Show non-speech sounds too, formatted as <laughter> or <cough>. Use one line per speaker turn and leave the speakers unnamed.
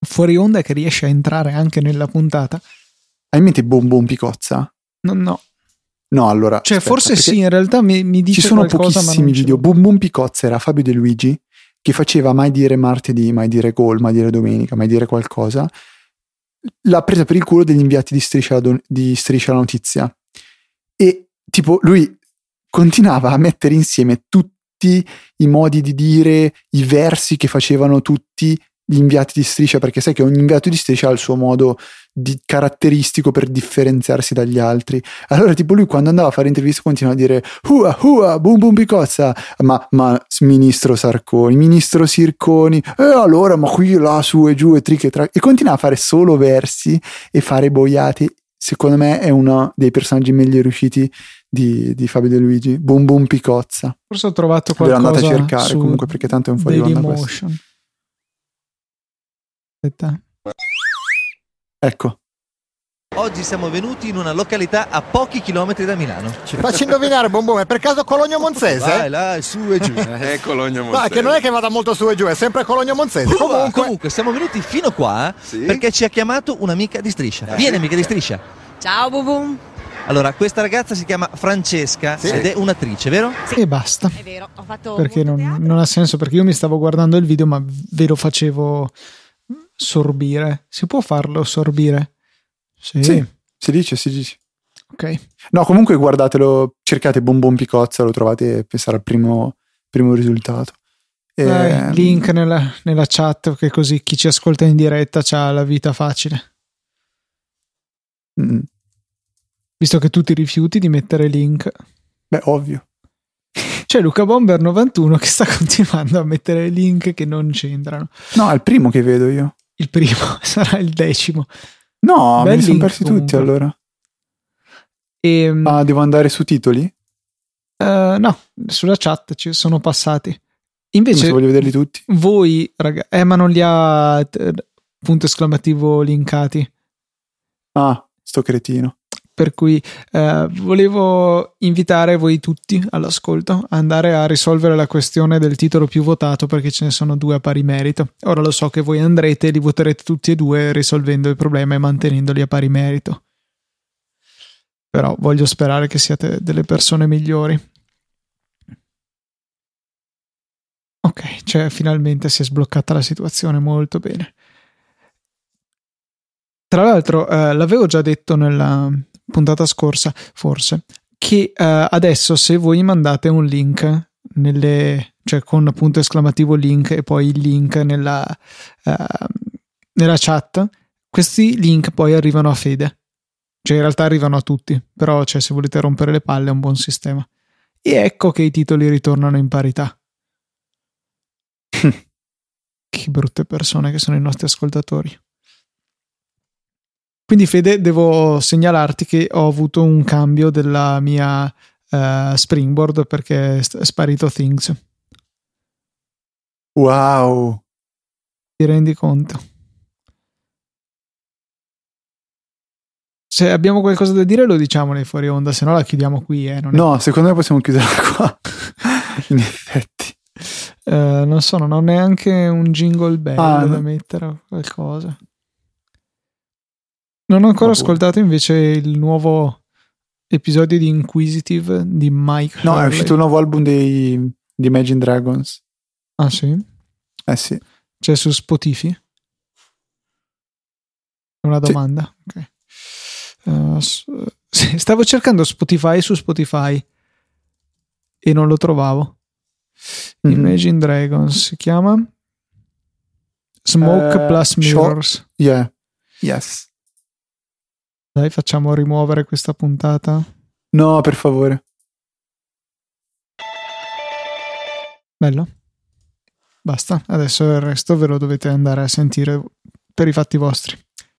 fuori onda che riesce a entrare anche nella puntata?
Hai in mente Boom Boom Picozza?
No, no.
No, allora.
Cioè,
aspetta,
forse
perché
sì, in realtà mi, mi dice
Ci sono
qualcosa, ma
pochissimi
non ce l'ho.
video. Boom Boom Picozza era Fabio De Luigi che faceva mai dire martedì, mai dire gol, mai dire domenica, mai dire qualcosa. L'ha presa per il culo degli inviati di Striscia la, Don- di Striscia la Notizia. E tipo lui continuava a mettere insieme tutti i modi di dire, i versi che facevano tutti gli inviati di Striscia, perché sai che ogni inviato di Striscia ha il suo modo di- caratteristico per differenziarsi dagli altri. Allora, tipo, lui quando andava a fare interviste continuava a dire Hua hua, boom boom picozza. Ma, ma s- ministro Sarconi, ministro Sirconi, e allora, ma qui, là, su e giù e trick e track. E continua a fare solo versi e fare boiate. Secondo me è uno dei personaggi meglio riusciti di, di Fabio De Luigi. Boom boom picozza.
Forse ho trovato
Ve l'ho
qualcosa.
andate a cercare
su
comunque perché tanto è un fuori onda questo.
Dailymotion. Aspetta.
Ecco,
Oggi siamo venuti in una località a pochi chilometri da Milano.
Facci indovinare, buon buon, è per caso Cologno Monzese?
Vai là, su e giù.
Eh, Cologno
No, è
Monzese.
che non è che vada molto su e giù, è sempre Cologno Monzese.
Uh,
Comunque,
comunque siamo venuti fino qua eh,
Sì?
perché ci ha chiamato un'amica di striscia. Vieni amica di striscia.
Ciao Bubum.
Allora, questa ragazza si chiama Francesca
Sì.
ed è un'attrice, vero?
Sì.
E basta.
È vero, ho fatto
Perché
molto
non,
teatro.
non ha senso, perché io mi stavo guardando il video, ma ve lo facevo sorbire. Si può farlo sorbire? Sì.
sì, si dice, si dice.
Ok.
No, comunque guardatelo, cercate Bon Bon Picozza, lo trovate, sarà il primo, primo risultato. Eh,
Dai, link nella, nella chat, che così chi ci ascolta in diretta ha la vita facile.
mm,
Visto che tu ti rifiuti di mettere link.
Beh, ovvio.
C'è Luca Bomber 91 che sta <laughs> continuando a mettere link che non c'entrano.
No, è il primo che vedo io.
Il primo <laughs> sarà il decimo.
No,
Bel
me li sono
link,
persi tutti
comunque.
allora.
E,
Ah, devo andare su titoli?
Ehm, eh, no, sulla chat ci sono passati.
Invece...
Invece
voglio vederli tutti.
voi, ragazzi, eh, ma non li ha eh, punto esclamativo linkati.
Ah, sto cretino.
Per cui eh, volevo invitare voi tutti all'ascolto a andare a risolvere la questione del titolo più votato perché ce ne sono due a pari merito. Ora lo so che voi andrete e li voterete tutti e due risolvendo il problema e mantenendoli a pari merito. Però voglio sperare che siate delle persone migliori. Ok, cioè finalmente si è sbloccata la situazione, molto bene. Tra l'altro, eh, l'avevo già detto nella puntata scorsa, forse, che eh, adesso se voi mandate un link nelle, cioè con punto esclamativo link e poi il link nella, eh, nella chat, questi link poi arrivano a Fede. Cioè, in realtà arrivano a tutti, però cioè, se volete rompere le palle è un buon sistema. E ecco che i titoli ritornano in parità. che brutte persone che sono i nostri ascoltatori. Quindi, Fede, devo segnalarti che ho avuto un cambio della mia eh, springboard perché è st- è sparito Things.
Wow.
Ti rendi conto? Se abbiamo qualcosa da dire, lo diciamo nei fuori onda, se no la chiudiamo qui. eh, non, è-
No, secondo me possiamo chiuderla <laughs> qua. In effetti.
eh, non so, non ho neanche un jingle bello
Ah,
da
no.
mettere o qualcosa. Non ho ancora
Vabbè.
ascoltato invece il nuovo episodio di Inquisitive di Mike.
No, è
Hurley.
uscito il nuovo album dei, di Imagine Dragons.
Ah, sì?
Eh sì.
C'è su Spotify? È una
Sì.
domanda. Ok. Eh, s- sì, stavo cercando Spotify su Spotify e non lo trovavo.
Mhm.
Imagine Dragons si chiama Smoke
Eh,
Plus
Show-
Mirrors.
Yeah. Yes.
Dai, facciamo rimuovere questa puntata.
No, per favore.
Bello. Basta. Adesso il resto ve lo dovete andare a sentire per i fatti vostri.